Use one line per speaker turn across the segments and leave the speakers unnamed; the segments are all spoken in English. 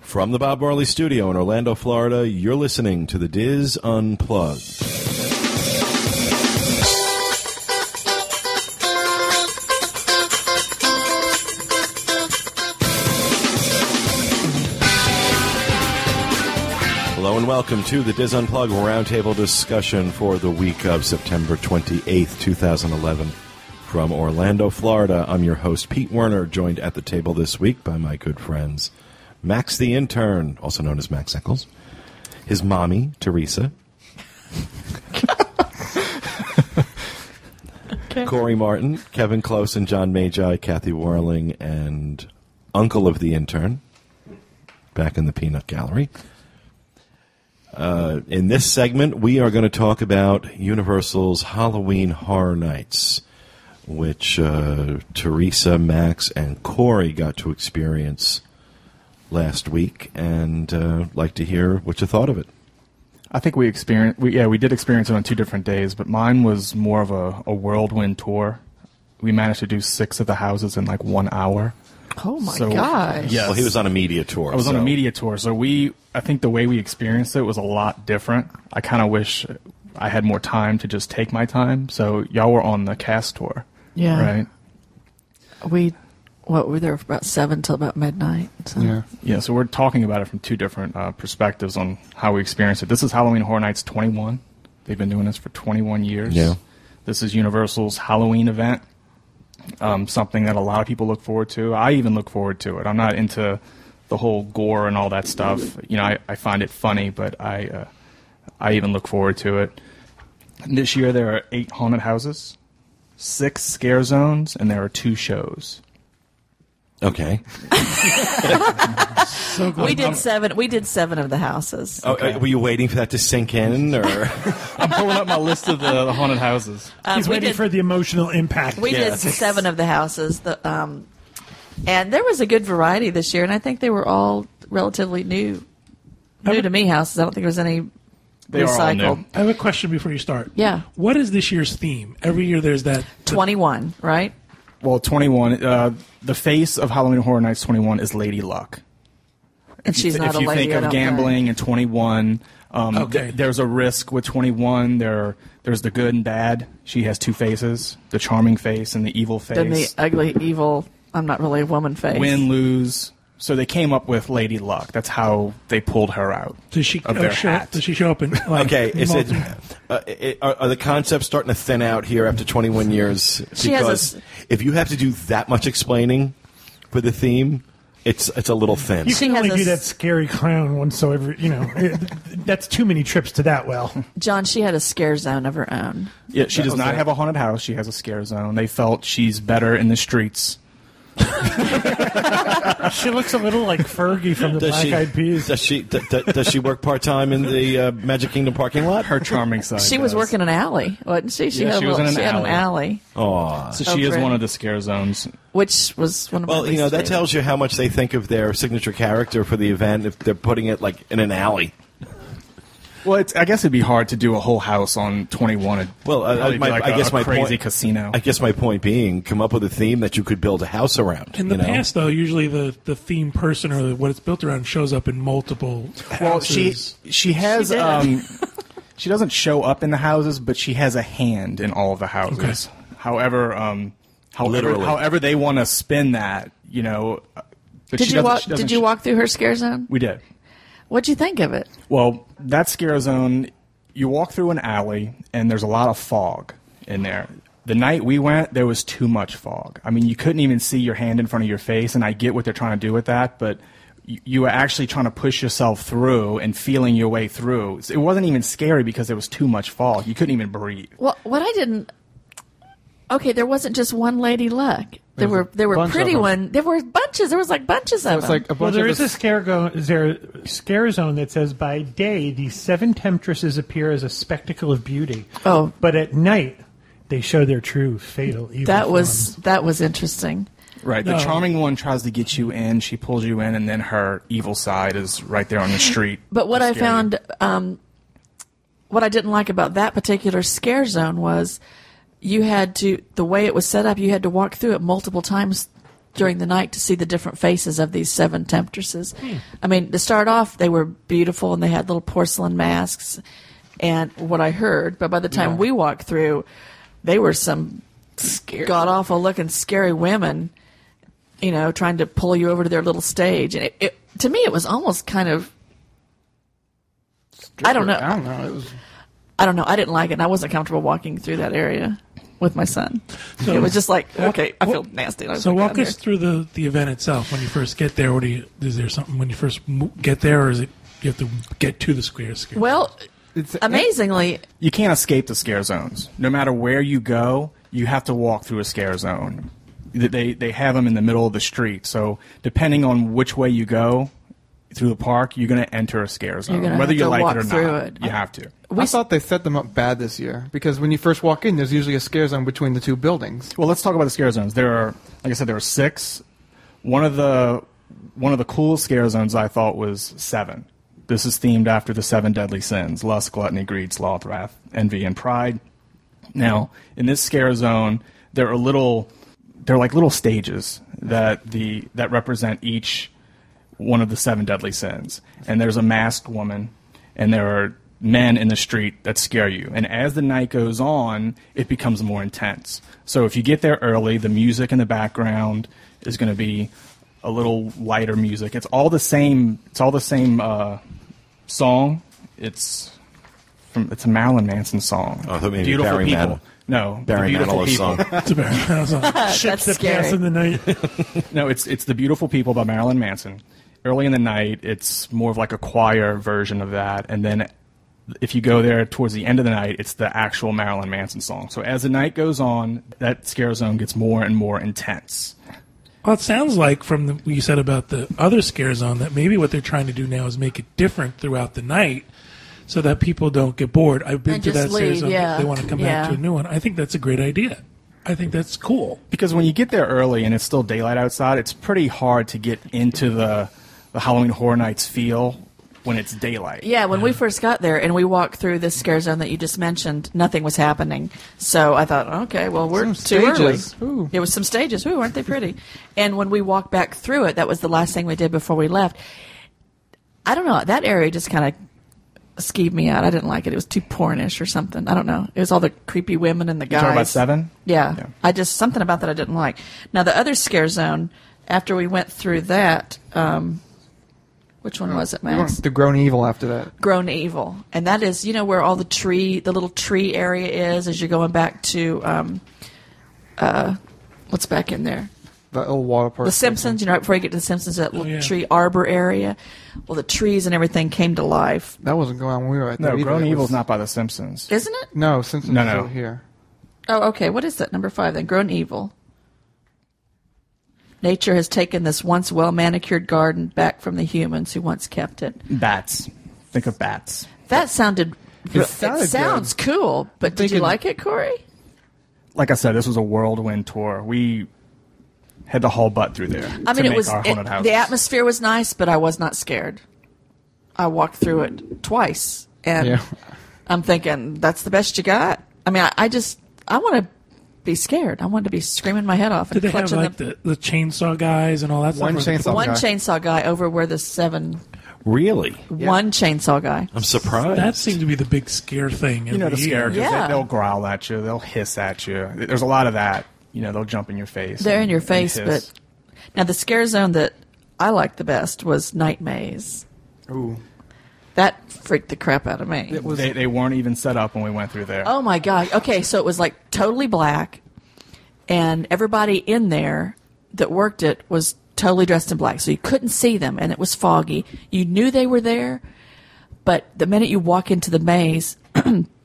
From the Bob Marley Studio in Orlando, Florida, you're listening to the Diz Unplugged. Hello and welcome to the Diz Unplugged roundtable discussion for the week of September 28th, 2011. From Orlando, Florida, I'm your host, Pete Werner, joined at the table this week by my good friends Max the Intern, also known as Max Eccles, his mommy, Teresa, Corey Martin, Kevin Close, and John Magi, Kathy Warling, and uncle of the intern, back in the peanut gallery. Uh, in this segment, we are going to talk about Universal's Halloween Horror Nights, which uh, Teresa, Max, and Corey got to experience last week, and uh, like to hear what you thought of it.
I think we experienced, we, yeah, we did experience it on two different days, but mine was more of a, a whirlwind tour. We managed to do six of the houses in like one hour.
Oh my
So-
gosh.
Yeah. Yes.
Well, he was on a media tour.
I was on
so-
a media tour, so we, I think the way we experienced it was a lot different. I kind of wish I had more time to just take my time. So y'all were on the cast tour.
Yeah.
Right?
We, what, were there from about 7 till about midnight? So.
Yeah, so we're talking about it from two different uh, perspectives on how we experience it. This is Halloween Horror Nights 21. They've been doing this for 21 years.
Yeah.
This is Universal's Halloween event, um, something that a lot of people look forward to. I even look forward to it. I'm not into the whole gore and all that stuff. You know, I, I find it funny, but I, uh, I even look forward to it. And this year there are eight haunted houses, six scare zones, and there are two shows.
Okay.
We did seven. We did seven of the houses.
Oh, uh, were you waiting for that to sink in, or
I'm pulling up my list of the, the haunted houses.
Um,
He's
we
waiting
did,
for the emotional impact.
we did seven of the houses. The, um, and there was a good variety this year, and I think they were all relatively new, new to me houses. I don't think there was any
They are all new.
recycled.
I have a question before you start.
Yeah.
What is this year's theme? Every year there's that.
Twenty-one, right?
Well, 21. Uh, the face of Halloween Horror Nights 21 is Lady Luck.
And
If you
she's
th-
not
if
a
you
lady.
think
I
of
don't think.
gambling and 21, um,
Okay.
th- there's a risk with 21. There, there's the good and bad. She has two faces: the charming face and the evil
Then the
face.
ugly, evil. I'm not really a woman face.
Win, lose. So they came up with Lady Luck. That's how they pulled her out.
Does she,
of
oh,
their
show,
hat.
does she show up in. Like,
okay? Is it,
multiple-
uh, it are, are the concepts starting to thin out here after 21 years?
She has a
Because
s-
if you have to do that much explaining for the theme, it's it's a little thin.
You
She
can
has
only
a
do that
s-
scary clown once, so every, you know, it- that's too many trips to that well.
John, she had a scare zone of her own.
Yeah, she
That
does
was
not
it.
have a haunted house. She has a scare zone. They felt she's better in the streets.
She looks a little like Fergie from the
Does
Black
she,
Eyed Peas.
does she d- d- does she work part time in the uh, Magic Kingdom parking lot?
Her charming side.
She was
does.
working an alley, wasn't she? She
Yeah,
had,
she
a
was
little,
in an
she had an
alley.
alley,
So she is
Oprah.
one of the scare zones.
which was one of my
Well, you know
least
that
favorites.
tells you how much they think of their signature character for the event if they're putting it like in an alley.
Well, it's, I guess it'd be hard to do a whole house on 21.
Well, uh,
Probably be
my,
like
I
a-
guess
a
my
crazy
point,
casino.
I guess my point being, come up with a theme that you could build a house around.
In the
you know?
past, though, usually the, the theme person or the, what it's built around shows up in multiple.
well, she
houses.
she has
She did.
um, she doesn't show up in the houses, but she has a hand in all of the houses. However, um, however,
Literally.
however they want to spin that, you know. uh, But
Did
she
you
doesn't-
walk?
she doesn't
Did you
sh-
walk through her scare zone?
We did.
What'd you think of it?
Well, that scare zone, you walk through an alley and there's a lot of fog in there. The night we went, there was too much fog. I mean, you couldn't even see your hand in front of your face, and I get what they're trying to do with that, but you, you were actually trying to push yourself through and feeling your way through. It wasn't even scary because there was too much fog. You couldn't even breathe.
Well, what I didn't. Okay, there wasn't just one lady luck. There were there were
bunch
pretty
of 'em.
one. There were bunches. There was like bunches of
It's
them.
like a bunch
Well, there
of
is
the-
a scare, go- is there a scare zone that says by day these seven temptresses appear as a spectacle of beauty.
Oh.
but at night they show their true fatal evil.
that was
forms.
that was interesting.
Right. The
No.
charming one tries to get you in, she pulls you in, and then her evil side is right there on the street.
But what
to
I
scare you.
found, um, what I didn't like about that particular scare zone was you had to the way it was set up. You had to walk through it multiple times during the night to see the different faces of these seven temptresses. I mean, to start off, they were beautiful and they had little porcelain masks, and what I heard. But by the time we walked through, they were some god awful looking scary women, you know, trying to pull you over to their little stage. And it, it to me, it was almost kind of I don't know.
I don't know. It was
I don't know. I didn't like it, and I wasn't comfortable walking through that area with my son. it was just like, okay, I feel nasty. And I was
So
like,
walk
"Outta
us
here."
through the, the event itself. When you first get there, what do you? Is there something when you first mo- get there, or is it you have to get to the square? square?
Well,
It's-
amazingly,
You can't escape the scare zones. No matter where you go, you have to walk through a scare zone. Th- They they have them in the middle of the street. So depending on which way you go through the park, you're going to enter a scare zone,
gonna have
whether you
to
like
walk
it or
through
not.
it.
You have to.
we
I thought they set them up bad this year because when you first walk in, there's usually a scare zone between the two buildings.
Well, let's talk about the scare zones. There are, like I said, there are six. One of the one of the cool scare zones I thought was seven. This is themed after the seven deadly sins: lust, gluttony, greed, sloth, wrath, envy, and pride. Now, in this scare zone, there are little they're like little stages that the that represent each one of the seven deadly sins. And there's a masked woman and there are men in the street that scare you. And as the night goes on, it becomes more intense. So if you get there early, the music in the background is going to be a little lighter music. It's all the same it's all the same uh, song. It's from it's a Marilyn Manson song.
Oh, I thought maybe
beautiful
Barry
people.
Man-
No, The
Barry
beautiful
Manilow's
people.
song.
it's about it's a ships that
scary.
pass in the night.
No, it's it's the beautiful people by Marilyn Manson. Early in the night, it's more of like a choir version of that, and then if you go there towards the end of the night, it's the actual Marilyn Manson song. So as the night goes on, that scare zone gets more and more intense.
Well, it sounds like from the, what you said about the other scare zone that maybe what they're trying to do now is make it different throughout the night so that people don't get bored. I've been
And
to that
just
scare
leave,
zone.
yeah.
They want to come
Yeah.
back to a new one. I think that's a great idea. I think that's cool.
Because when you get there early and it's still daylight outside, it's pretty hard to get into the the Halloween Horror Nights feel when it's daylight.
yeah, when we first got there and we walked through this scare zone that you just mentioned, nothing was happening. So I thought, okay, well, we're
Some
too
stages.
early.
Ooh.
It was some stages. Ooh, aren't they pretty? and when we walked back through it, that was the last thing we did before we left. I don't know. That area just kind of skeeved me out. I didn't like it. It was too pornish or something. I don't know. It was all the creepy women and the guys.
talking about seven?
Yeah.
Yeah.
I just something about that I didn't like. Now the other scare zone. After we went through that, um, which one was it,
You
Max?
want the grown evil after that.
grown evil and that is you know where all the tree the little tree area is as you're going back to um, uh, what's back in there
The old water park.
the simpsons you know right before you get to the simpsons that little
yeah.
tree arbor area well the trees and everything came to life
That wasn't going on when we were at
No,
there either.
Grown
It
Evil's
was-
not by the Simpsons.
isn't it
No, Simpsons
No,
is
no.
over here.
oh okay what is that number five then grown evil nature has taken this once well manicured garden back from the humans who once kept it
Bats. Think of bats.
that sounded it,
sounded good.
sounds cool but did you
thinking-
like it corey
like I said, this was a whirlwind tour. We had to haul butt through there.
I mean,
to
it
make
was
our
it-
haunted houses.
the atmosphere was nice, but I was not scared. I walked through it twice, and
Yeah.
I'm thinking that's the best you got. I mean, I, I just I want to be scared. I want to be screaming my head off and
Did they have
clutching
like
the,
the, the chainsaw guys and all that
One
stuff?
chainsaw
one
guy.
chainsaw guy over where the seven
Really?
one chainsaw guy.
I'm surprised.
That seemed to be the big scare thing.
you know, the scare because
Yeah.
they, will growl at you, they'll hiss at you. There's a lot of that. You know, they'll jump in your face.
They're in
and-
your
and
face,
hiss.
but now the scare zone that I liked the best was Night Maze.
Ooh.
That freaked the crap out of me.
they, they weren't even set up when we went through there.
Oh my gosh. Okay, so it was like totally black, and everybody in there that worked it was totally dressed in black. So you couldn't see them, and it was foggy. You knew they were there, but the minute you walk into the maze,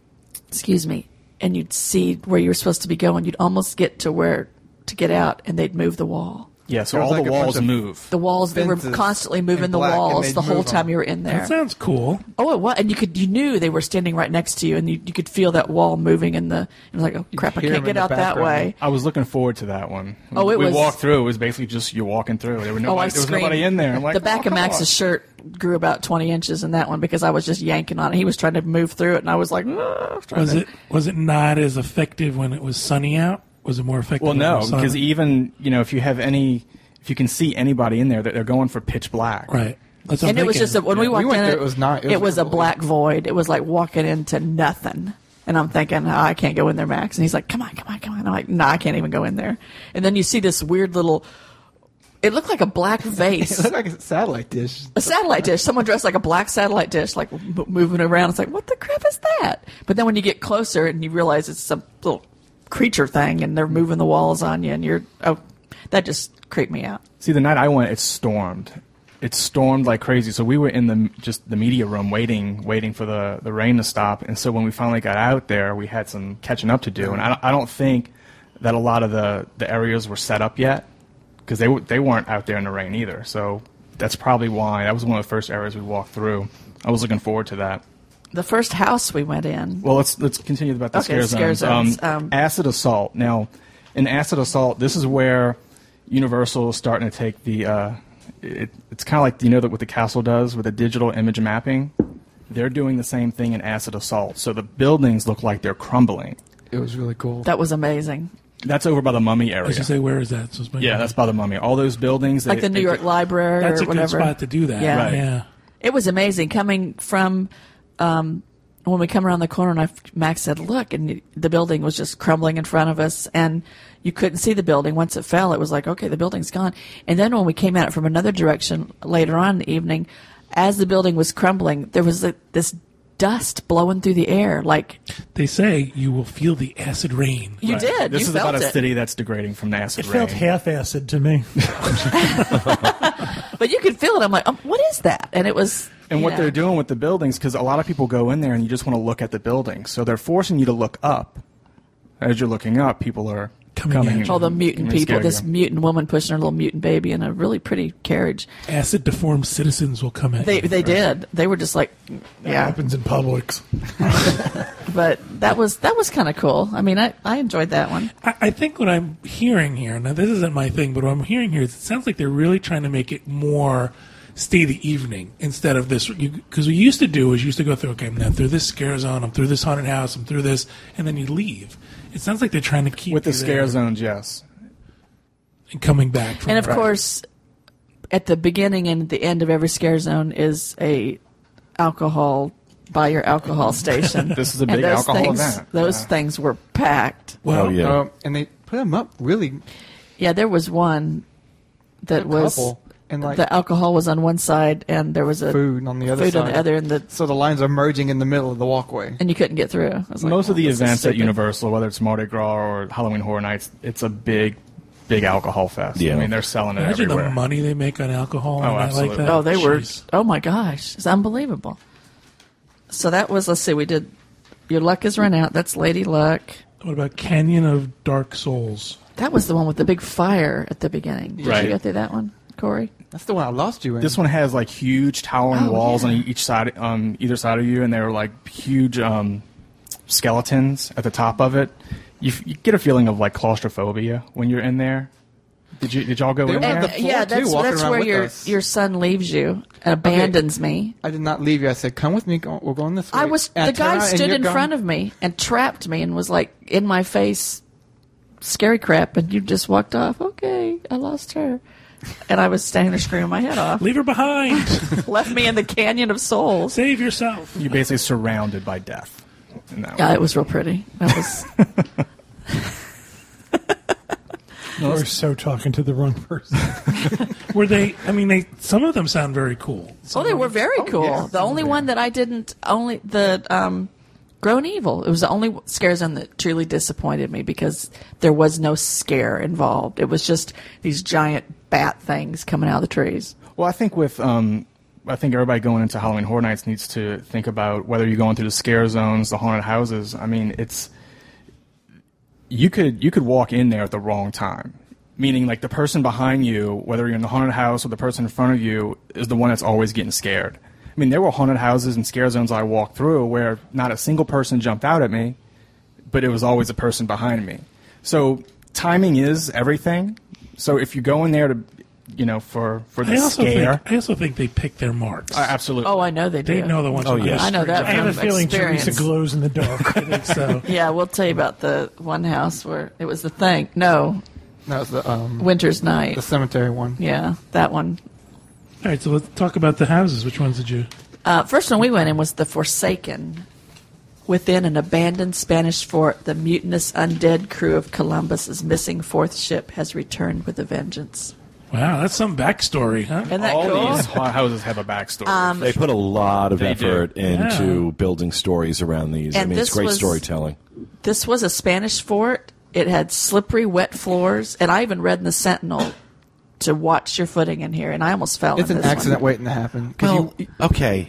excuse me, and you'd see where you were supposed to be going, you'd almost get to where to get out, and they'd move the wall.
yeah, so
There was
all
like
the
a bunch
walls
of-
move.
The walls, they were
Fences
constantly
in
moving the
black, and
walls
they'd
the whole
move 'em.
time you were in there.
That sounds cool.
Oh, it was, and you could you knew they were standing right next to you, and you, you could feel that wall moving in the. It was like, oh crap, I
hear
can't
them in
get
the
out that
background.
way.
I was looking forward to that one.
Oh, it
we
was-
walked through. It was basically just you're walking through. There, were nobody,
oh, I
there was
screamed.
nobody in there. I'm like,
the back
oh,
of
come
Max's
on.
shirt grew about twenty inches in that one because I was just yanking on it. He was trying to move through it, and I was like, "Ugh," trying
Was
to-
it was it not as effective when it was sunny out? Was it more effective?
Well,
when it
no, e-
was sunny?
because even you know if you have any if you can see anybody in there, that they're going for pitch black.
Right. That's what
And
I'm
it was
thinking.
just a, when we
Yeah, we
walked
went
in,
there, it was not- it was
a
horrible.
black void. It was like walking into nothing. And I'm thinking, oh, I can't go in there, Max. And he's like, come on, come on, come on. I'm like, no, I can't even go in there. And then you see this weird little. It looked like a black
It
vase,
looked like a satellite dish.
a satellite dish. Someone dressed like a black satellite dish, like m- moving around. It's like, what the crap is that? But then when you get closer and you realize it's some little creature thing, and they're moving the walls on you, and you're oh, that just creeped me out.
See, the night I went, it stormed. It stormed like crazy. So we were in the just the media room waiting, waiting for the, the rain to stop. And so when we finally got out there, we had some catching up to do. And I, I don't think that a lot of the, the areas were set up yet because they, were- they weren't out there in the rain either. So that's probably why. That was one of the first areas we walked through. I was looking forward to that.
The first house we went in,
Well, let's let's continue about the
Okay,
scare,
scare
zones.
zones, um,
acid assault. Now, in acid assault, this is where Universal is starting to take the. Uh, it, it's kind of like you know that what the castle does with the digital image mapping. They're doing the same thing in acid assault. So the buildings look like they're crumbling.
It was really cool.
that was amazing.
That's over by the mummy
I
area.
was gonna say, where is that? So it's my-
yeah, that's by the mummy. All those buildings,
like
they-
the New
they-
York Library
That's
or
a good
whatever.
spot to do that.
Yeah,
Right.
Yeah.
it was amazing coming from. Um, when we come around the corner, and I, Max said, "Look," and you- the building was just crumbling in front of us, and you couldn't see the building. Once it fell, it was like, "Okay, the building's gone." And then when we came at it from another direction later on in the evening, as the building was crumbling, there was like, this dust blowing through the air. Like
They say you will feel the acid rain.
you
Right.
did,
This
you
is
felt
about
it.
a city that's degrading from the acid
It felt
rain.
half acid to me.
but you could feel it. I'm like, um, "What is that?" And it was.
And
you
what
know.
they're doing with the buildings, because a lot of people go in there and you just want to look at the building. So they're forcing you to look up. As you're looking up, people are
Coming
coming,
at
in
you.
all the
and
mutant
getting
people,
scared
this
of you.
mutant woman pushing her little mutant baby in a really pretty carriage.
Acid deformed citizens will come at
They
you.
they did. They were just like, yeah.
happens in Publix.
But that was that was kind of cool. I mean, I, I enjoyed that one.
I, I think what I'm hearing here, now this isn't my thing, but what I'm hearing here is it sounds like they're really trying to make it more stay the evening instead of this. Because we used to do is you used to go through, okay, I'm now through this scare zone, I'm through this haunted house, I'm through this, and then you leave. It sounds like they're trying to keep
With the
you
scare
there
zones, yes.
and coming back. From
And of
that.
course, at the beginning and the end of every scare zone is a alcohol buy your alcohol station.
This is a
And
big
those
alcohol
things,
event.
Those
Yeah.
things were packed.
well,
oh yeah.
Um, and they put them up really
Yeah, there was one that
A
was
couple, and, like-
the alcohol was on one side and there was a
food on the other
food
side.
on the other and the
so the lines are merging in the middle of the walkway.
and you couldn't get through. I was like,
Most
"Well,
of the
this is
events at
stupid."
Universal, whether it's Mardi Gras or Halloween Horror Nights, it's a big, big alcohol fest.
Yeah.
I mean, they're selling it
imagine
everywhere.
the money they make on alcohol and
Oh,
I like
absolutely.
that.
Oh, they were.
Jeez.
Oh my gosh, it's unbelievable. So that was. Let's see. We did. Your luck is run out. That's Lady Luck.
What about Canyon of Dark Souls?
That was the one with the big fire at the beginning. Did
Right.
you go through that one, Corey?
That's the one I lost you in.
This one has like huge towering
Oh,
walls
yeah.
on each side, on either side of you, and there are like huge um, skeletons at the top of it. You, f- you get a feeling of like claustrophobia when you're in there. Did you did y'all go
They
in
were-
there?
And-
And,
the floor,
yeah,
too,
that's
walking
that's
around
where
with
your
us.
your son leaves you and abandons me.
I did not leave you. I said, "Come with me. Go, we're going this way."
I was
And
the
turn
guy
around, and
stood
you're
in
gone.
front of me and trapped me and was like in my face, scary crap, and you just walked off. Okay, I lost her, and I was standing there screaming my head off.
Leave her behind.
Left me in the canyon of souls.
Save yourself.
You're basically surrounded by death. In that
Yeah,
one.
it was real pretty. That was
We're so talking to the wrong person.
Were they? I mean, they. Some of them sound very cool.
oh, they were very cool.
yeah.
the only one that I didn't only the um, Grown Evil. It was the only scare zone that truly disappointed me because there was no scare involved. It was just these giant bat things coming out of the trees.
Well, I think with um, I think everybody going into Halloween Horror Nights needs to think about whether you're going through the scare zones, the haunted houses. I mean, it's you could you could walk in there at the wrong time. Meaning, like the person behind you, whether you're in the haunted house or the person in front of you, is the one that's always getting scared. I mean, there were haunted houses and scare zones I walked through where not a single person jumped out at me, but it was always a person behind me. So timing is everything. So if you go in there to, you know, for for the
I also
scare,
think. I also think they pick their marks.
I- absolutely.
Oh, I know they
they
do.
know the ones.
Oh,
who
yeah.
are
I know that.
I have a
from
feeling
experience.
Teresa glows in the dark.
straight. So
Yeah, we'll tell you about the one house where it was the thing. No,
That was the um,
Winter's Night.
the cemetery one.
Yeah, that one.
All right, so let's talk about the houses. Which ones did you?
Uh, first one we went in was the Forsaken, within an abandoned Spanish fort. The mutinous undead crew of Columbus's missing fourth ship has returned with a vengeance.
Wow, that's some backstory, huh?
Isn't that
All
cool? Um,
these ho- houses have a backstory.
um,
They put a lot of
They
effort into building stories around these. I
And
mean, it's
this
great
was-
storytelling.
This was a Spanish fort. It had slippery, wet floors, and I even read in the Sentinel to watch your footing in here, and I almost fell.
It's
in
an
this
accident
One.
waiting to happen. 'Cause
Well,
you-
okay,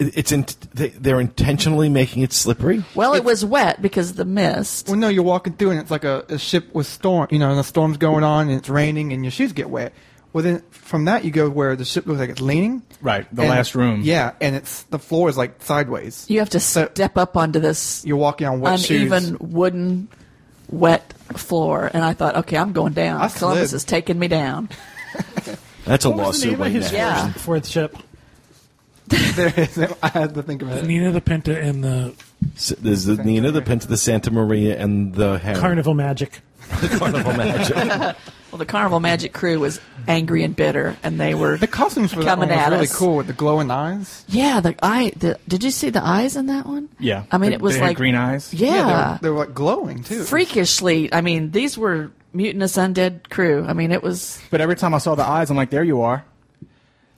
It- it's in, they, they're intentionally making it slippery.
Well, it was wet because of the mist.
well, no, you're walking through and it's like a, a ship with storm. You know, and the storm's going on and it's raining and your shoes get wet. Well, then from that you go where the ship looks like it's leaning.
Right, the
and-
last room.
Yeah, and it's the floor is like sideways.
You have to
So-
step up onto this
You're walking on wet
uneven
shoes.
wooden, wet floor, and I thought, okay, I'm going down.
I
Columbus
slid.
is taking me down.
That's a
What was the
lawsuit
name of
waiting
his
to
Yeah.
happen.
first- fourth ship?
There is. I had to think about it.
Nina the Pinta and the
S- There's the Nina, the Pinta, the Santa Maria, and the Harry.
Carnival Magic.
the Carnival Magic.
Well, the Carnival Magic crew was angry and bitter, and they were
The costumes for that one
Coming
was
at
really
us.
cool with the glowing eyes.
yeah. The eye. The, did you see the eyes in that one?
Yeah.
I mean,
They-
it was
they had
like
green eyes?
Yeah.
they were, they were like glowing too.
freakishly. I mean, these were mutinous undead crew. I mean, it was
But every time I saw the eyes, I'm like, there you are.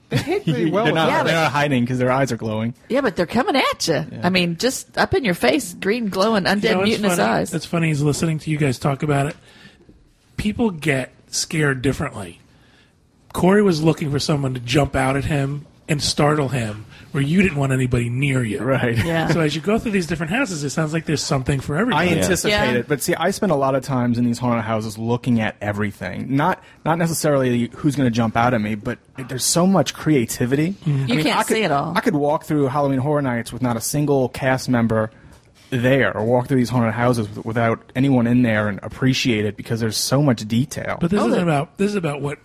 They hit pretty well.
they're
with
not,
Yeah,
that.
they're
but-
not hiding because their eyes are glowing.
yeah, but they're coming at you. I mean, just up in your face, green glowing undead
You know, it's
mutinous
funny.
eyes.
It's funny is listening to you guys talk about it. People get scared differently. Corey was looking for someone to jump out at him and startle him, where you didn't want anybody near you.
Right.
Yeah.
So as you go through these different houses, it sounds like there's something for
I
everybody.
anticipate
Yeah.
it, but see, I spend a lot of times in these haunted houses looking at everything. Not not necessarily who's going to jump out at me, but there's so much creativity.
You can't
I could,
see it all.
I could walk through Halloween Horror Nights with not a single cast member there, or walk through these haunted houses with- without anyone in there and appreciate it because there's so much detail.
But this
Oh,
isn't
the-
about this is about what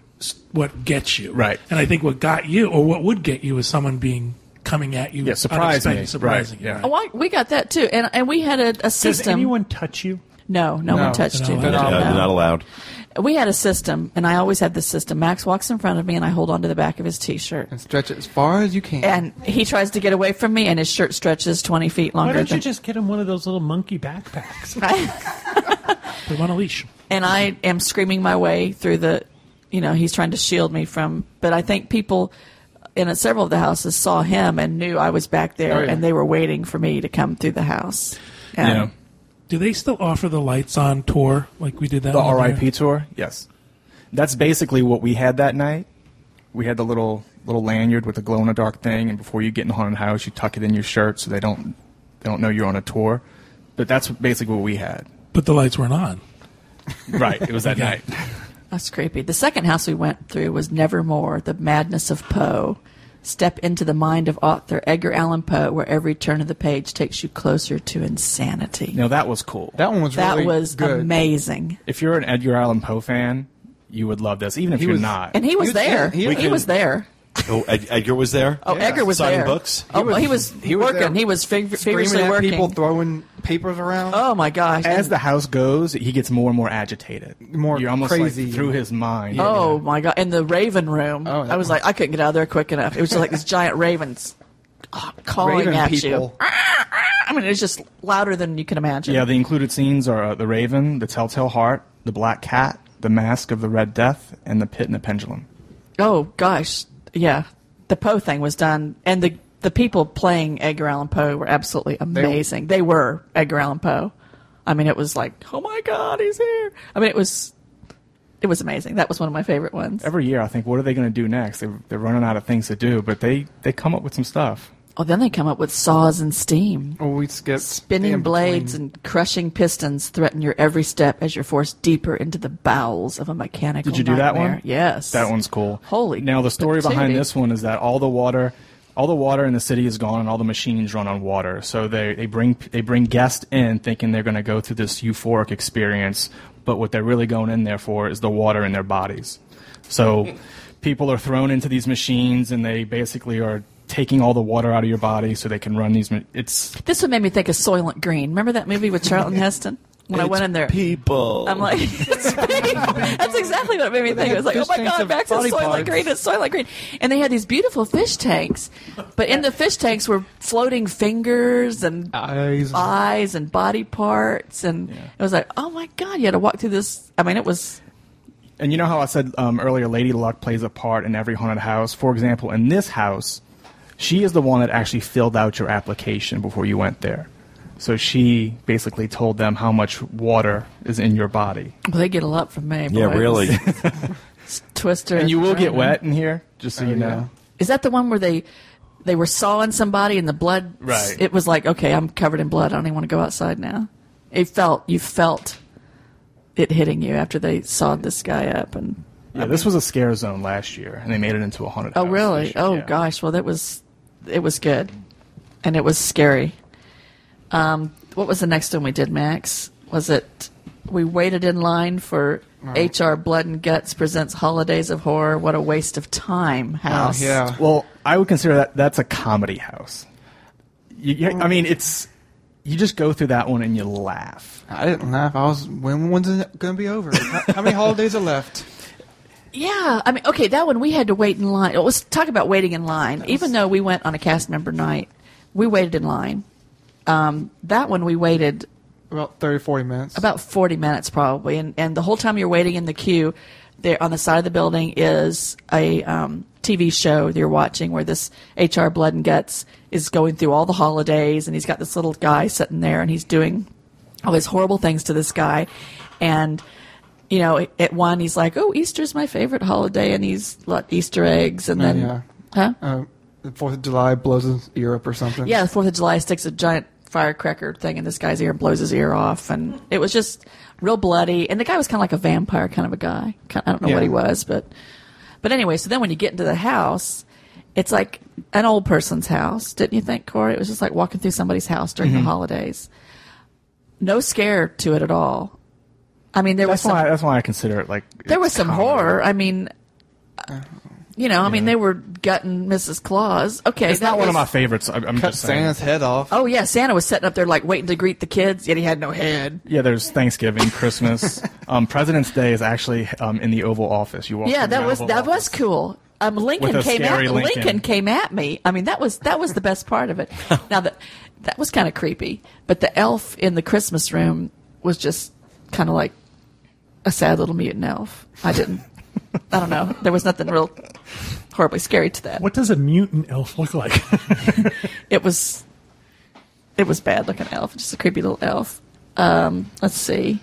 what gets you.
Right.
And I think what got you, or what would get you, is someone being coming at you.
Yeah, surprise me.
unexpected, surprising
Right,
you.
yeah.
Oh, I, we got that too, and and we had a, a
Does
system.
anyone touch you?
no, no,
No.
one touched you.
No,
Uh,
No.
Not allowed.
We had a system, and I always had this system. Max walks in front of me, and I hold onto the back of his t-shirt,
And stretch it as far as you can.
and he tries to get away from me, and his shirt stretches twenty feet
Why
longer.
don't you
than-
just get him one of those little monkey backpacks?
Put them on a leash.
and I am screaming my way through the, you know, he's trying to shield me from. But I think people in a, several of the houses saw him and knew I was back there,
Oh, yeah.
and they were waiting for me to come through the house. And
yeah.
Do they still offer the lights on tour like we did that?
The
one there?
RIP tour? Yes. That's basically what we had that night. We had the little little lanyard with the glow in the dark thing, and before you get in the haunted house, you tuck it in your shirt so they don't they don't know you're on a tour. But that's basically what we had.
But the lights weren't on.
Right. It was that night.
That's creepy. The second house we went through was Nevermore, The Madness of Poe. Step into the mind of author Edgar Allan Poe, where every turn of the page takes you closer to insanity.
Now that was cool.
that one was
that
really
was
good.
amazing.
If you're an Edgar Allan Poe fan, you would love this, even if
He
you're
was-
not.
And he was
You-
there.
yeah, he-
He,
We
was
can-
there.
Oh, Ed- Edgar was there.
Oh,
Yeah.
Edgar was
Signing
there.
books?
Oh, he was,
he was
working.
there.
he was fig-
Screaming
feverishly
at
working.
people, throwing papers around.
Oh my gosh!
as
And-
the house goes, he gets more and more agitated.
More
You're almost like
crazy.
through his mind.
oh my god! In the Raven room,
Oh, that
I was
one.
like, I couldn't get out of there quick enough. It was just like these giant ravens ah, calling
Raven
at
people.
you. Ah. I mean, it's just louder than you can imagine.
Yeah, the included scenes are uh, the Raven, the Telltale Heart, the Black Cat, the Mask of the Red Death, and the Pit and the Pendulum.
oh gosh, yeah. The Poe thing was done, and the the people playing Edgar Allan Poe were absolutely amazing. They, were Edgar Allan Poe. I mean, it was like, oh my god, he's here. I mean, it was it was amazing. That was one of my favorite ones.
Every year, I think, what are they going to do next? They're, they're running out of things to do, but they, they come up with some stuff.
Oh, then they come up with saws and steam.
Oh, we skipped
Spinning
in between.
blades and crushing pistons threaten your every step as you're forced deeper into the bowels of a mechanical.
Did you do that
nightmare.
one?
Yes.
That one's cool.
Holy
Now the story behind
patootie.
this one is that all the water, all the water in the city is gone, and all the machines run on water. So they, they bring they bring guests in thinking they're going to go through this euphoric experience, but what they're really going in there for is the water in their bodies. So people are thrown into these machines, and they basically are taking all the water out of your body so they can run these. ma- It's
This one made me think of Soylent Green. Remember that movie with Charlton Heston? When I
It's
went in there,
people.
I'm like, it's That's exactly what it made me think. It was like, oh
fish
my
tanks
god,
of
back to
body
Soylent
parts.
Green, it's Soylent Green. And they had these beautiful fish tanks, but in the fish tanks were floating fingers and
Eyes.
eyes and body parts. And it was like, oh my god, you had to walk through this. I mean, it was.
And you know how I said um, earlier, Lady Luck plays a part in every haunted house. For example, in this house, she is the one that actually filled out your application before you went there. So she basically told them how much water is in your body.
Well, they get a lot from me.
Yeah,
boy.
really.
Twister.
And you will get
Drowning.
wet in here, just so you know.
Is that the one where they they were sawing somebody and the blood?
Right.
It was like, okay, I'm covered in blood. I don't even want to go outside now. It felt you felt it hitting you after they sawed this guy up and.
Yeah, this was a scare zone last year, and they made it into a haunted
Oh
house.
really?
this year,
oh
yeah.
gosh. Well, that was it was good, and it was scary. Um, what was the next one we did, Max? Was it we waited in line for HR Blood and Guts presents Holidays of Horror? What a waste of time,
Oh,
House.
yeah.
Well, I would consider that that's a comedy house. You, you- I mean, it's you just go through that one and you laugh.
I didn't laugh. I was. When when's it gonna be over? How, how many holidays are left?
Yeah, I mean, okay, that one we had to wait in line. Let's talk about waiting in line. Even though we went on a cast member night, we waited in line. Um, that one we waited
About 30, 40 minutes.
about 40 minutes probably and, and the whole time you're waiting in the queue there on the side of the building is a um, tv show that you're watching where this hr blood and guts is going through all the holidays and he's got this little guy sitting there and he's doing all these horrible things to this guy and you know at one he's like oh easter's my favorite holiday and he's like easter eggs and then
Yeah.
huh
Uh, the Fourth of July blows his ear up or something.
yeah, the Fourth of July sticks a giant firecracker thing in this guy's ear and blows his ear off, and it was just real bloody. And the guy was kind of like a vampire kind of a guy. Kind I don't know
Yeah.
what he was, but but anyway. So then when you get into the house, it's like an old person's house, didn't you think, Corey? It was just like walking through somebody's house during
Mm-hmm.
the holidays. No scare to it at all. I mean, there was
That's
some
why. That's why I consider it like
there
it's
was some
comedy.
horror. I mean, uh, you know, I mean, they were gutting Mrs. Claus. Okay,
It's not
that
one of
was-
my favorites. I, I'm
Cut
just saying.
Santa's head off.
Oh yeah, Santa was sitting up there like waiting to greet the kids, yet he had no head.
Yeah, there's Thanksgiving, Christmas. um, President's Day is actually um, in the Oval Office. You walk.
Yeah,
through
that
the
was
Oval
that
Office.
was cool. Um, Lincoln
With a
came at
scary
Lincoln.
Lincoln.
came at me. I mean, that was that was the best part of it. now that that was kind of creepy, but the elf in the Christmas room was just kind of like a sad little mutant elf. I didn't. I don't know. There was nothing real horribly scary to that.
What does a mutant elf look like?
It was it was bad looking elf, just a creepy little elf. Um, let's see.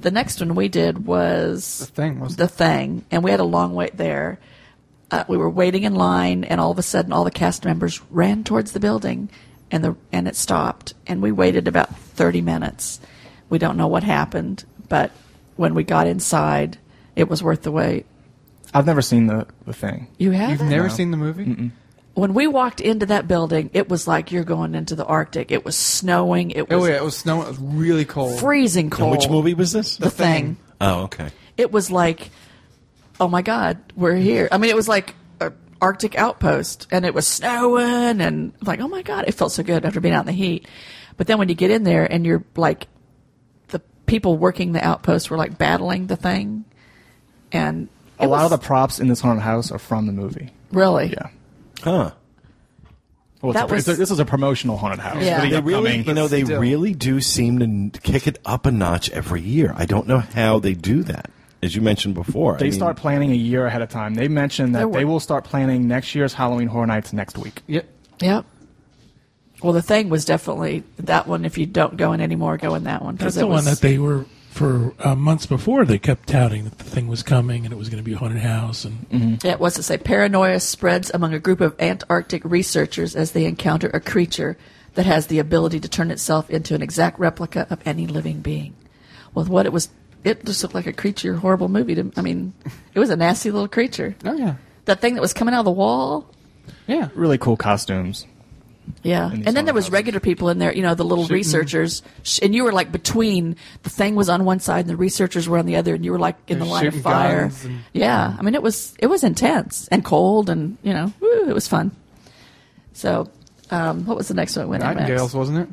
The next one we did was
The thing was.
the thing, and we had a long wait there. Uh, we were waiting in line, and all of a sudden, all the cast members ran towards the building, and the and it stopped. And we waited about thirty minutes. We don't know what happened, but when we got inside, it was worth the wait.
I've never seen the the thing.
You have
You've never seen the movie?
when we walked into that building, it was like you're going into the Arctic. It was snowing. It was
Oh yeah, it was snowing. It was really cold.
freezing cold.
Which movie was this?
The thing.
Oh, okay.
it was like, oh my God, we're here. I mean, it was like an Arctic outpost, and it was snowing, and like, oh my God, it felt so good after being out in the heat. But then when you get in there and you're like, the people working the outpost were like battling the thing, and
A
it
lot of
was-
the props in this haunted house are from the movie.
really,
Yeah.
Huh.
Well, it's
That
a, pr-
was-
it's a- this is a promotional haunted house.
Yeah.
for the
They really,
upcoming-
you know, they
still.
really do seem to n- kick it up a notch every year. I don't know how they do that. As you mentioned before,
They
I mean,
start planning a year ahead of time. They mentioned
There
that
were-
they will start planning next year's Halloween Horror Nights next week.
Yep.
yep. Well, the thing was definitely that one. If you don't go in anymore, go in that one. 'cause
That's
it
the one
was-
that they were for uh, months before. They kept touting that the thing was coming and it was going to be a haunted house. And
Yeah, what's it say? Paranoia spreads among a group of Antarctic researchers as they encounter a creature that has the ability to turn itself into an exact replica of any living being. Well, what it was, it just looked like a creature, horrible movie. To, I mean, it was a nasty little creature.
Oh yeah.
That thing that was coming out of the wall.
Yeah.
Really cool costumes.
Yeah,
these
and then there was
haunted
regular people in there. You know, the little researchers, Sh- and you were like between the thing was on one side and the researchers were on the other, and you were like in the
They're
line of
shooting
fire.
guns and-
yeah, I mean it was it was intense and cold, and you know, woo, it was fun. So, um, what was the next one we went on?
Nightingales,
Max?
wasn't it?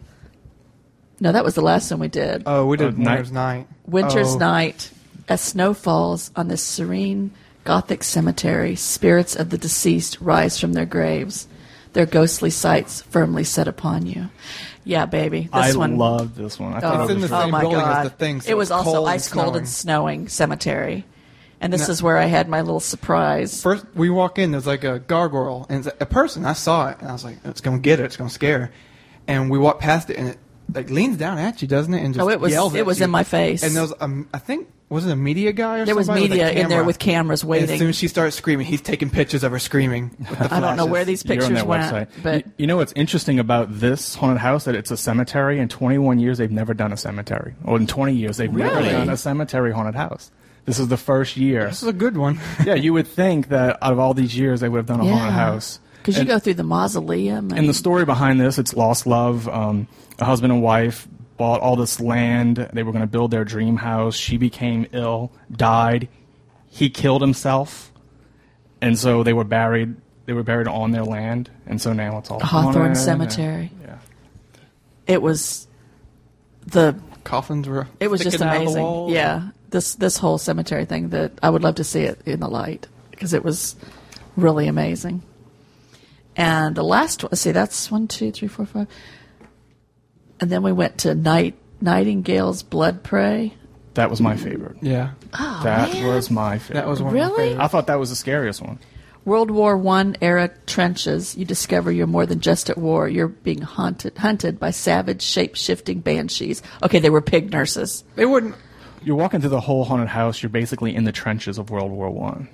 No, that was the last one we did.
Oh, we did
Uh, night-
Winter's Night.
Winter's
Oh.
Night. As snow falls on this serene Gothic cemetery, spirits of the deceased rise from their graves, their ghostly sights firmly set upon you. Yeah, baby. This
I
one.
loved this one. I
Oh,
thought
It's
it
in
was
the same
my
building as
God.
the thing, so
it was
it's
also
cold and
ice cold and snowing cemetery. And this
No.
is where I had my little surprise.
First, we walk in. There's like a gargoyle, and it's a person. I saw it, and I was like, "It's gonna get her. It's gonna scare." her. And we walk past it, and it like leans down at you, doesn't it? And just
Oh, it was-
yells
it
at
was
you.
in my face.
And there was, um, I think, was it a media guy or
There was
somebody with a
media in
camera?
there with cameras
And
waiting.
as soon as she starts screaming, he's taking pictures of her screaming. With the
I don't know
flashes.
where these pictures
You're on
went,
that website.
but
you, you know what's interesting about this haunted house that it's a cemetery. In 21 years, they've never done a cemetery. Or in 20 years, they've never
Really?
done a cemetery haunted house. This is the first year.
This is a good one.
yeah, you would think that out of all these years, they would have done a haunted house.
Because you
And-
go through the mausoleum and,
and the story behind this it's lost love um, a husband and wife bought all this land they were going to build their dream house she became ill died he killed himself and so they were buried they were buried on their land and so now it's all haunted,
Hawthorne
and-
Cemetery.
yeah
It was the
Coffins were.
it was
sticking
just
out of the
amazing.
walls.
Yeah. This this whole cemetery thing that I would love to see it in the light because it was really amazing. And the last one see that's one, two, three, four, five. And then we went to Night Nightingale's Blood Prey.
that was my favorite
Yeah,
that
man.
was my favorite
that was one. Of my
Really?
favorites.
i thought that was the scariest one
World War One era trenches, you discover you're more than just at war. You're being haunted hunted by savage shape shifting banshees. Okay, they were pig nurses.
they wouldn't.
you're walking through the whole haunted house you're basically in the trenches of world war one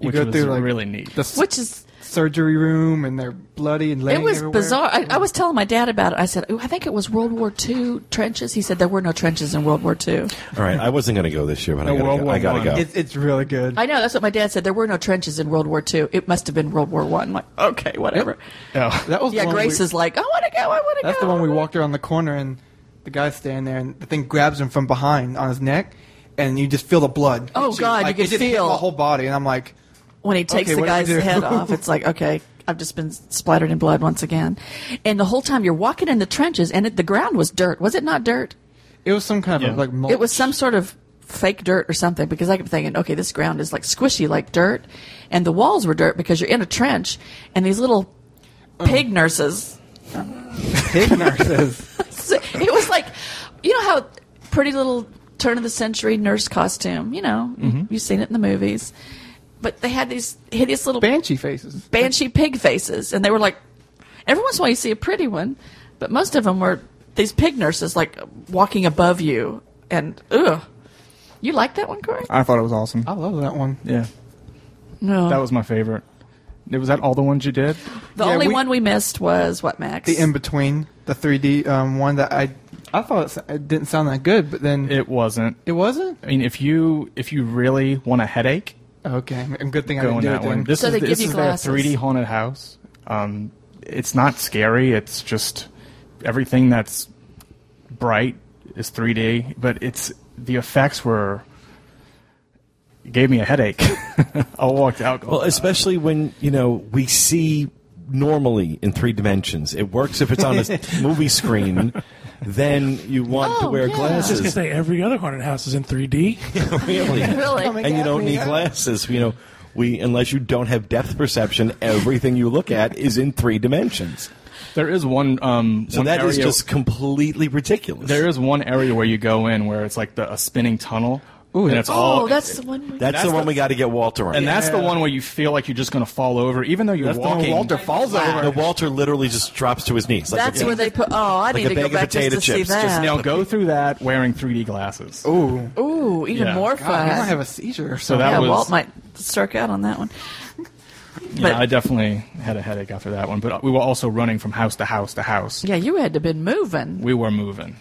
You
which
go
was
through like
really neat
The s-
Which is
surgery room, and they're bloody and laying
It was
everywhere.
bizarre. I, I was telling my dad about it. I said, "Ooh, I think it was World War II trenches. He said there were no trenches in World War II.
All right, I wasn't going to go this year, but
No,
I got
World
to go.
War
I gotta
One.
go.
It's, it's really good.
I know that's what my dad said. There were no trenches in World War II. It must have been World War One. Like, okay, whatever.
Oh.
that was the
Yeah,
one
Grace
we,
is like, I want to go. I want to go.
That's the one
I
we
wanna-"
walked around the corner and the guy's standing there and the thing grabs him from behind on his neck and you just feel the blood.
Oh,
It just-
God,
like,
you
it
could
just hit
feel-
my whole body and I'm like,
when he takes
Okay,
the
what do we
guy's
do?
head off. It's like, okay, I've just been splattered in blood once again. And the whole time you're walking in the trenches, and it, the ground was dirt. Was it not dirt?
it was some kind of
Yeah.
like mulch.
It was some sort of fake dirt or something because I kept thinking, okay, this ground is like squishy like dirt, and the walls were dirt because you're in a trench, and these little pig nurses.
pig nurses.
It was like, you know how pretty little turn of the century nurse costume, you know, you've seen it in the movies, but they had these hideous little
Banshee faces.
banshee pig faces, and they were like, every once in a while you see a pretty one, but most of them were these pig nurses like walking above you, and ugh. You like that one, Corey?
i thought it was awesome
I love that one.
yeah
No.
That was my favorite. Was that all the ones you did?
the
yeah,
only
we-
one we missed was what, Max?
The in between, the 3D um, one that I I thought it, s- it didn't sound that good, but then it,
It wasn't.
wasn't.
I mean, if you if you really want a headache,
Okay, and good thing I
go
didn't
in
do
that
it
one.
then.
This
So
is
they
the-
give
this
you
is
glasses.
their 3D haunted house. Um, it's not scary. It's just everything that's bright is 3D, but it's the effects were it gave me a headache. I walked out. going,
Well, especially when you know we see normally in three dimensions. It works if it's on a movie screen. Then you want to
Oh,
wear
yeah.
I was going to
glasses,
say, every other haunted house is in 3D.
really,
really?
and you don't need glasses. You know, we unless you don't have depth perception, everything you look at is in three dimensions.
there is one. Um,
So
one
that is
area-
just completely ridiculous.
There is one area where you go in where it's like the, a spinning tunnel, and it's all
Oh, that's the one. We,
that's, the,
that's
one
the-
we got to get Walter on.
And that's the one where you feel like you're just going to fall over, even though you're
That's the one
walking.
Walter falls over.
the Walter literally just drops to his knees. Like
that's
a-
where they put. Oh, I
Like
need
a
to go
bag of
back just
potato
to see
chips, just
that.
Now go through that wearing 3D glasses.
Ooh,
Ooh, even
Yeah.
more
God, I might
fun.
have a seizure or something.
that
yeah,
was-
Walt might strike out on that one.
yeah,
but-
I definitely had a headache after that one. But we were also running from house to house to house.
Yeah, you had to been moving.
We were moving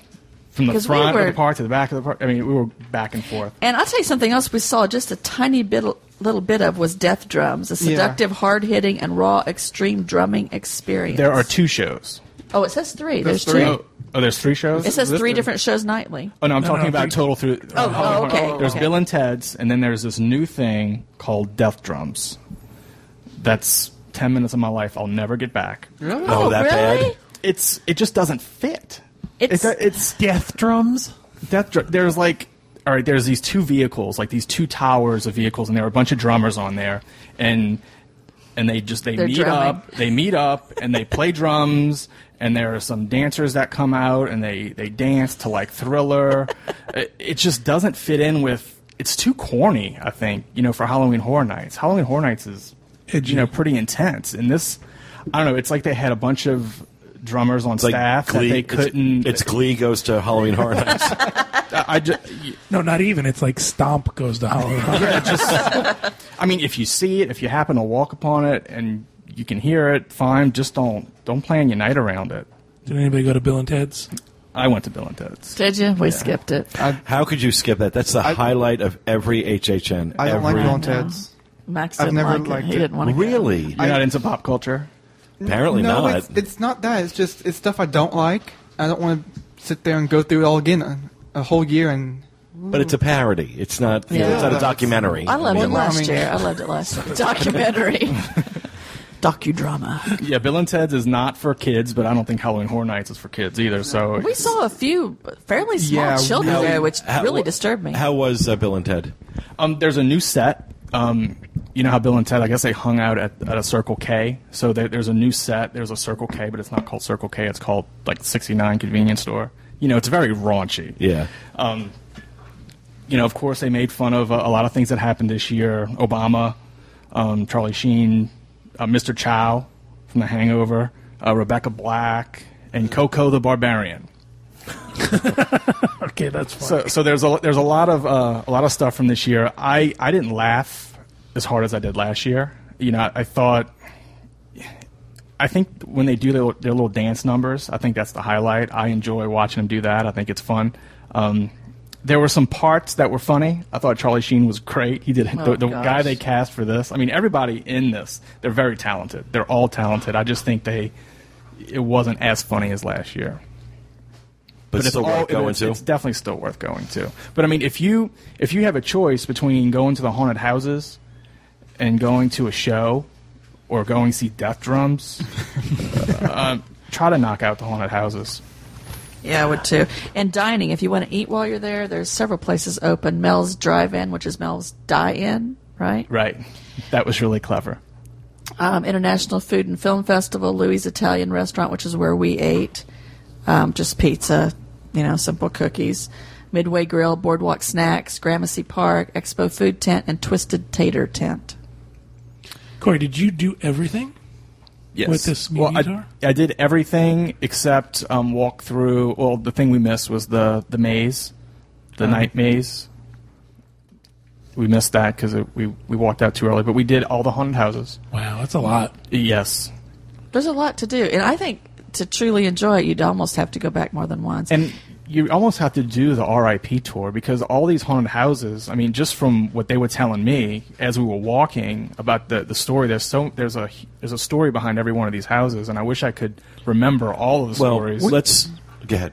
from the
'Cause we
front
were-
of the park to the back of the park. I mean, we were back and forth.
And I'll tell you something else we saw just a tiny bit, little bit of was Death Drums, a seductive, hard hitting, and raw extreme drumming experience.
There are two shows.
Oh, it says three. There's,
There's
two.
three.
Oh, oh, there's three shows.
It says
This
three
is-
different shows nightly.
oh no, I'm talking
no,
about
three-
total through.
Oh, oh, okay,
There's
okay.
Bill and Ted's, and then there's this new thing called Death Drums. That's ten minutes of my life I'll never get back.
Really?
Oh, that
really?
bad?
It's it just doesn't fit.
It's-
it's, it's
Death drums.
death dr- there's like all right, there's these two vehicles, like these two towers of vehicles, and there were a bunch of drummers on there, and and they just they
They're
meet
drumming.
up, they meet up, and they play drums, and there are some dancers that come out, and they they dance to like Thriller. it, it just doesn't fit in with. It's too corny, I think, you know, for Halloween Horror Nights. Halloween Horror Nights is you know pretty intense, and this, I don't know, it's like they had a bunch of drummers on
It's like
staff
Glee-
that they
it's-
couldn't.
It's, Glee goes to Halloween Horror Nights.
I just,
No, not even. It's like Stomp goes to Halloween.
I mean, if you see it, if you happen to walk upon it, and you can hear it, fine. Just don't don't plan your night around it.
Did anybody go to Bill and Ted's?
I went to Bill and Ted's.
Did you? We skipped it.
How could you skip that? That's the
I-
highlight of every HHN.
I don't like
every-
Bill and Ted's.
Max
I've
didn't
never
like
liked
it. He
it.
didn't want to.
Really?
You're not into pop culture.
Apparently
no,
not.
It's, it's not that. It's just it's stuff I don't like. I don't want to sit there and go through it all again a, a whole year and
but it's a parody. It's not.
Yeah.
it's not a
Yeah.
documentary.
I loved
Well,
it
no, I
last
mean-
year. I loved it last year. Documentary. Docudrama.
Yeah, Bill and Ted's is not for kids, but I don't think Halloween Horror Nights is for kids either. So
We saw a few fairly small
Yeah,
children
really-
there, which
How-
really disturbed me.
How was uh, Bill and Ted?
Um, there's a new set. Um, you know how Bill and Ted, I guess they hung out at, at a Circle K. So there, there's a new set. There's a Circle K, but it's not called Circle K. It's called like 69 Convenience Store. You know, it's very raunchy.
Yeah.
Um, you know, of course, they made fun of uh, a, a lot of things that happened this year. Obama, um, Charlie Sheen, uh, Mr. Chow from The Hangover, uh, Rebecca Black, and Coco the Barbarian.
Okay, that's fine.
So, so there's a there's a lot of uh, a lot of stuff from this year. I I didn't laugh as hard as I did last year. You know, I, I thought. I think when they do their, their little dance numbers, I think that's the highlight. I enjoy watching them do that. I think it's fun. Um, there were some parts that were funny. I thought Charlie Sheen was great. He did
Oh,
the, the
gosh.
guy they cast for this. I mean, everybody in this, they're very talented. They're all talented. I just think they it wasn't as funny as last year
But,
but it's
still
all-
worth going
it's,
to.
it's definitely still worth going to. But I mean, if you if you have a choice between going to the haunted houses and going to a show or going see Death Drums, uh, try to knock out the haunted houses.
Yeah, I would too. And dining, if you want to eat while you're there, there's several places open. Mel's Drive In, which is Mel's Die In, right?
Right, that was really clever.
Um, International Food and Film Festival, Louis Italian Restaurant, which is where we ate. Um, just pizza, you know, simple cookies. Midway Grill, Boardwalk Snacks, Gramercy Park, Expo Food Tent, and Twisted Tater Tent.
Corey, did you do everything?
Yes.
With this meat
well, I,
eater?
I did everything except um, walk through. Well, the thing we missed was the the maze,
Uh-huh.
the night maze. We missed that because we we walked out too early. But we did all the haunted houses.
Wow, that's a lot.
Yes.
There's a lot to do. And I think to truly enjoy it, you'd almost have to go back more than once.
And you almost have to do the RIP tour because all these haunted houses, I mean, just from what they were telling me as we were walking about the, the story, there's so there's a there's a story behind every one of these houses, and I wish I could remember all of the
well,
stories.
let's go ahead.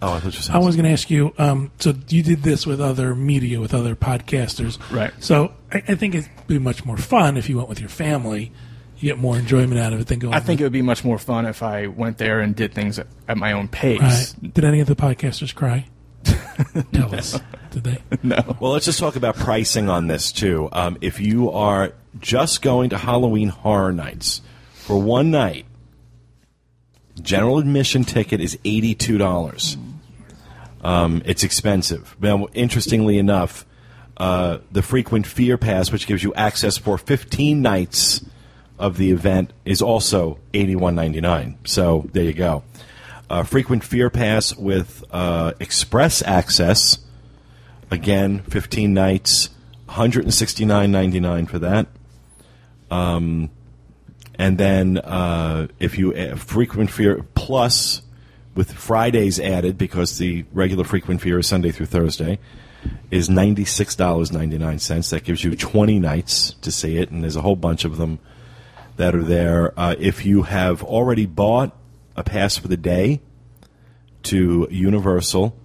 Oh, I thought you said
I was going to ask you. Um, so you did this with other media, with other podcasters,
Right.
So I, I think it'd be much more fun if you went with your family. You get more enjoyment out of it than going.
I think it
with,
would be much more fun if I went there and did things at, at my own pace.
right. Did any of the podcasters cry? Tell us. Did they?
Well, let's just talk about pricing on this too. Um, if you are just going to Halloween Horror Nights for one night, general admission ticket is eighty-two dollars. Um, it's expensive. Now, interestingly enough, uh, the frequent fear pass, which gives you access for fifteen nights of the event, is also eighty-one ninety-nine. So there you go. Uh, frequent fear pass with uh, express access again 15 nights 169.99 for that um, and then uh, if you uh, frequent fear plus with fridays added because the regular frequent fear is sunday through thursday is $96.99 that gives you 20 nights to see it and there's a whole bunch of them that are there uh, if you have already bought a pass for the day to universal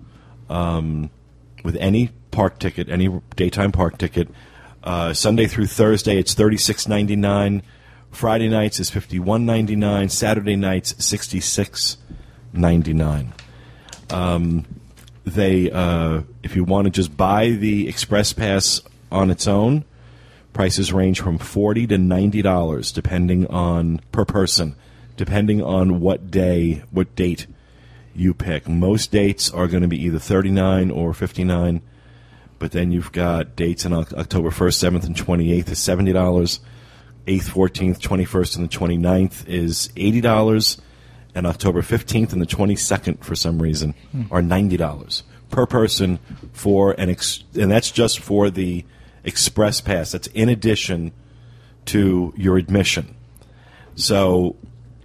with any park ticket, any daytime park ticket. Uh, Sunday through Thursday, it's thirty six ninety nine. Friday nights is fifty one ninety nine. Saturday nights sixty six ninety nine. Um, they uh, if you want to just buy the express pass on its own prices range from 40 to 90 dollars depending on per person depending on what day what date you pick most dates are going to be either 39 or 59 but then you've got dates on Oc- October 1st, 7th, and 28th is $70. 8th, 14th, 21st, and the 29th is $80. And October 15th and the 22nd, for some reason, are $90 per person for an ex- and that's just for the express pass. That's in addition to your admission. So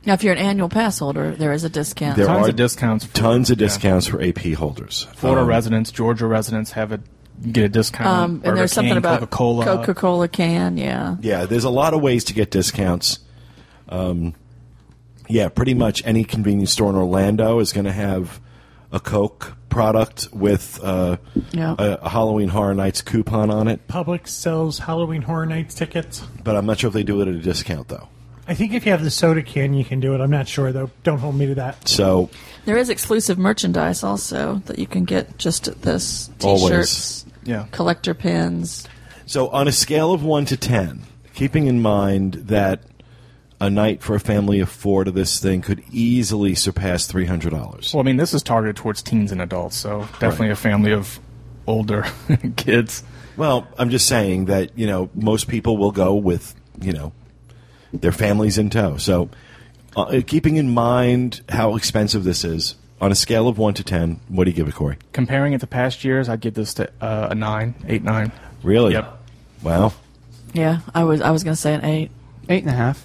Now, if you're an annual pass holder, there is a discount.
there
Tons
are
of discounts for-
tons of
yeah.
discounts for AP holders.
Florida
Um,
residents, Georgia residents have a you get a discount.
um,
Burger
and there's something
King,
about
Coca-Cola.
Coca-Cola can. Yeah.
Yeah, there's a lot of ways to get discounts. Um, yeah, pretty much any convenience store in Orlando is going to have a Coke product with uh,
Yeah.
a, a Halloween Horror Nights coupon on it.
Public sells Halloween Horror Nights tickets.
But I'm not sure if they do it at a discount though.
I think if you have the soda can, you can do it. I'm not sure though. Don't hold me to that.
So
There is exclusive merchandise also that you can get just at this.
Always.
T-shirts,
Yeah.
collector pins.
So, on a scale of 1 to 10, keeping in mind that a night for a family of four to this thing could easily surpass $300.
Well, I mean, this is targeted towards teens and adults, so definitely
Right.
a family of older kids.
Well, I'm just saying that, you know, most people will go with, you know, their families in tow. So, uh, keeping in mind how expensive this is, on a scale of 1 to 10, what do you give it, Corey?
Comparing it to past years, I'd give this to uh, a nine, eight, nine.
Really?
Yep.
Wow.
Yeah, I was I was gonna say an eight.
Eight and a half.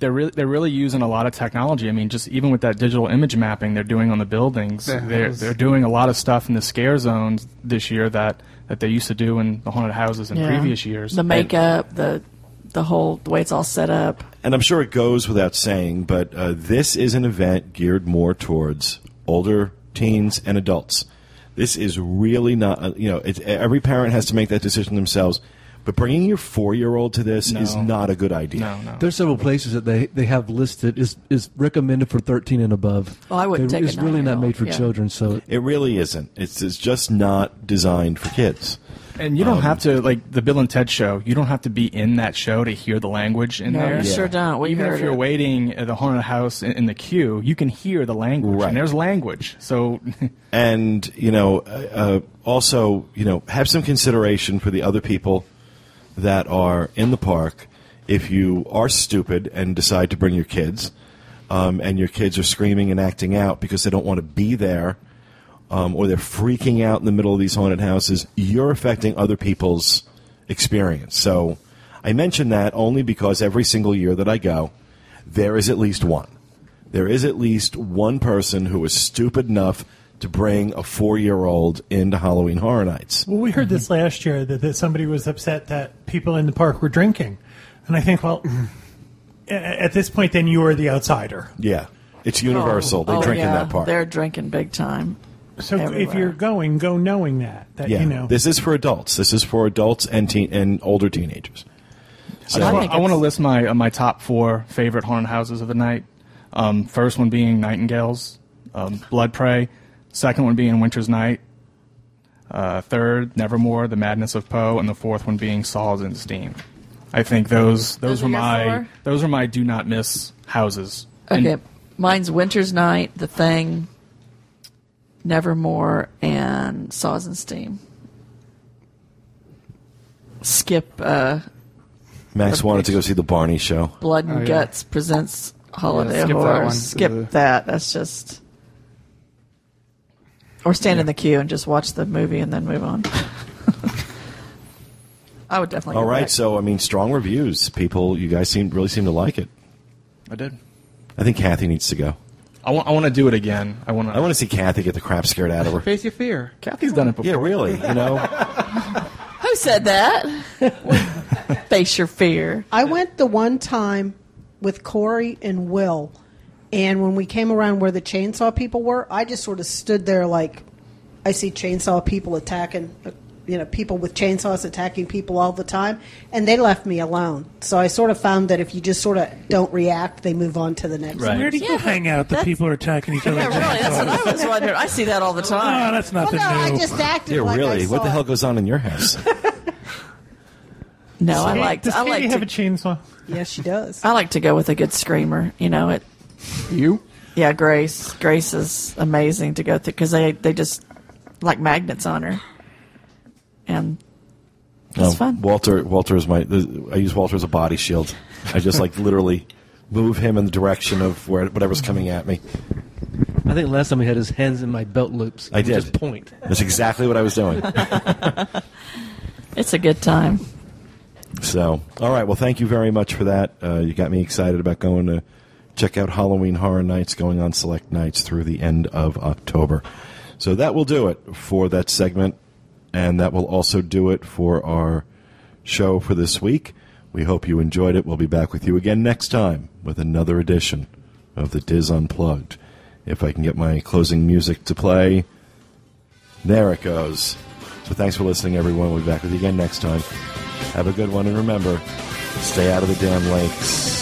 They're really they're really using a lot of technology. I mean, just even with that digital image mapping they're doing on the buildings,
Yeah, that
they're
was-
they're doing a lot of stuff in the scare zones this year that that they used to do in the haunted houses in
Yeah.
previous years.
The
And-
makeup, the the whole the way it's all set up.
and I'm sure it goes without saying, but uh, this is an event geared more towards older teens and adults. This is really not, uh, you know, it's, every parent has to make that decision themselves. But bringing your four year old to this is
No.
not a good idea.
no, no.
There's several places that they, they have listed is is recommended for 13 and above.
Well, Oh, I wouldn't
They-
take a
It's really not
nine-year-old,
made for
yeah.
children, so
It really isn't. It's, it's just not designed for kids.
And you don't
Um,
have to like the Bill and Ted show. You don't have to be in that show to hear the language in
No,
there.
you sure don't. We
Even
heard
if you're
it.
waiting at the haunted house in, in the queue, you can hear the language.
Right.
And there's language. So
and you know, uh, uh, also you know, have some consideration for the other people that are in the park. If you are stupid and decide to bring your kids, um, and your kids are screaming and acting out because they don't want to be there, um, or they're freaking out in the middle of these haunted houses, you're affecting other people's experience. So, I mention that only because every single year that I go, there is at least one. There is at least one person who is stupid enough to bring a four-year-old into Halloween Horror Nights.
Well, we heard
Mm-hmm.
this last year that, that somebody was upset that people in the park were drinking, and I think, well,
Mm-hmm.
a- at this point, then you are the outsider.
Yeah, it's universal. they
Oh,
drink in
yeah,
that park.
They're drinking big time.
So if
Everywhere.
you're going, go knowing that that
yeah,
you know.
this is for adults. This is for adults and teen and older teenagers. So,
I
I,
think
want to
it's-
list my uh, my top four favorite haunted houses of the night. Um, first one being Nightingales, um, Blood Prey. Second one being Winter's Night. Uh, third, Nevermore, The Madness of Poe, and the fourth one being Saws in Steam. I think those those,
Those are
were
your
my
four?
those were my do not miss houses. And-
Okay, mine's Winter's Night, The Thing, Nevermore, and Saws and Steam. Skip uh,
Max wanted to go see the Barney show.
Blood and
Oh, yeah.
Guts presents Holiday
Yeah, skip that
Horror.
one.
skip
Ugh.
that. That's just. Or stand in the queue and just watch the movie and then move on. I would definitely.
All
go
right,
back.
so I mean, strong reviews. People, you guys seem really seem to like it.
I did.
I think Kathy needs to go.
I want I want to do it again. I want
I want to see Kathy get the crap scared out of her.
Face your fear.
Kathy's done it before.
Yeah, really. You know,
Who said that? Face your fear.
I went the one time with Corey and Will, and when we came around where the chainsaw people were, I just sort of stood there like, I see chainsaw people attacking a you know people with chainsaws attacking people all the time, and they left me alone. So I sort of found that if you just sort of don't react, they move on to the next.
Right.
Where do you
Yeah,
hang out that
that's-
people are attacking each other?
Yeah, really. That's what
oh,
I was wondering. I see that all the time.
that's
Well,
nothing
no, I
new.
just acted
Yeah,
like I
really? What
saw
the hell
it.
goes on in your house?
No, I like
Does
I
Katie
like
have a
to,
chainsaw?
Yes, she does.
I like to go with a good screamer. You know it.
You?
Yeah, Grace. Grace is amazing to go through because they they just like magnets on her, and it's
Um,
fun.
Walter, Walter is my. I use Walter as a body shield. I just like literally move him in the direction of where whatever's coming at me.
I think last time I had his hands in my belt loops.
I
and
did.
Just point.
That's exactly what I was doing.
It's a good time.
So, all right. Well, thank you very much for that. Uh, you got me excited about going to check out Halloween Horror Nights going on select nights through the end of October. So that will do it for that segment, and that will also do it for our show for this week. We hope you enjoyed it. We'll be back with you again next time with another edition of the Diz Unplugged. If I can get my closing music to play, there it goes. So thanks for listening, everyone. We'll be back with you again next time. Have a good one, and remember, stay out of the damn lakes.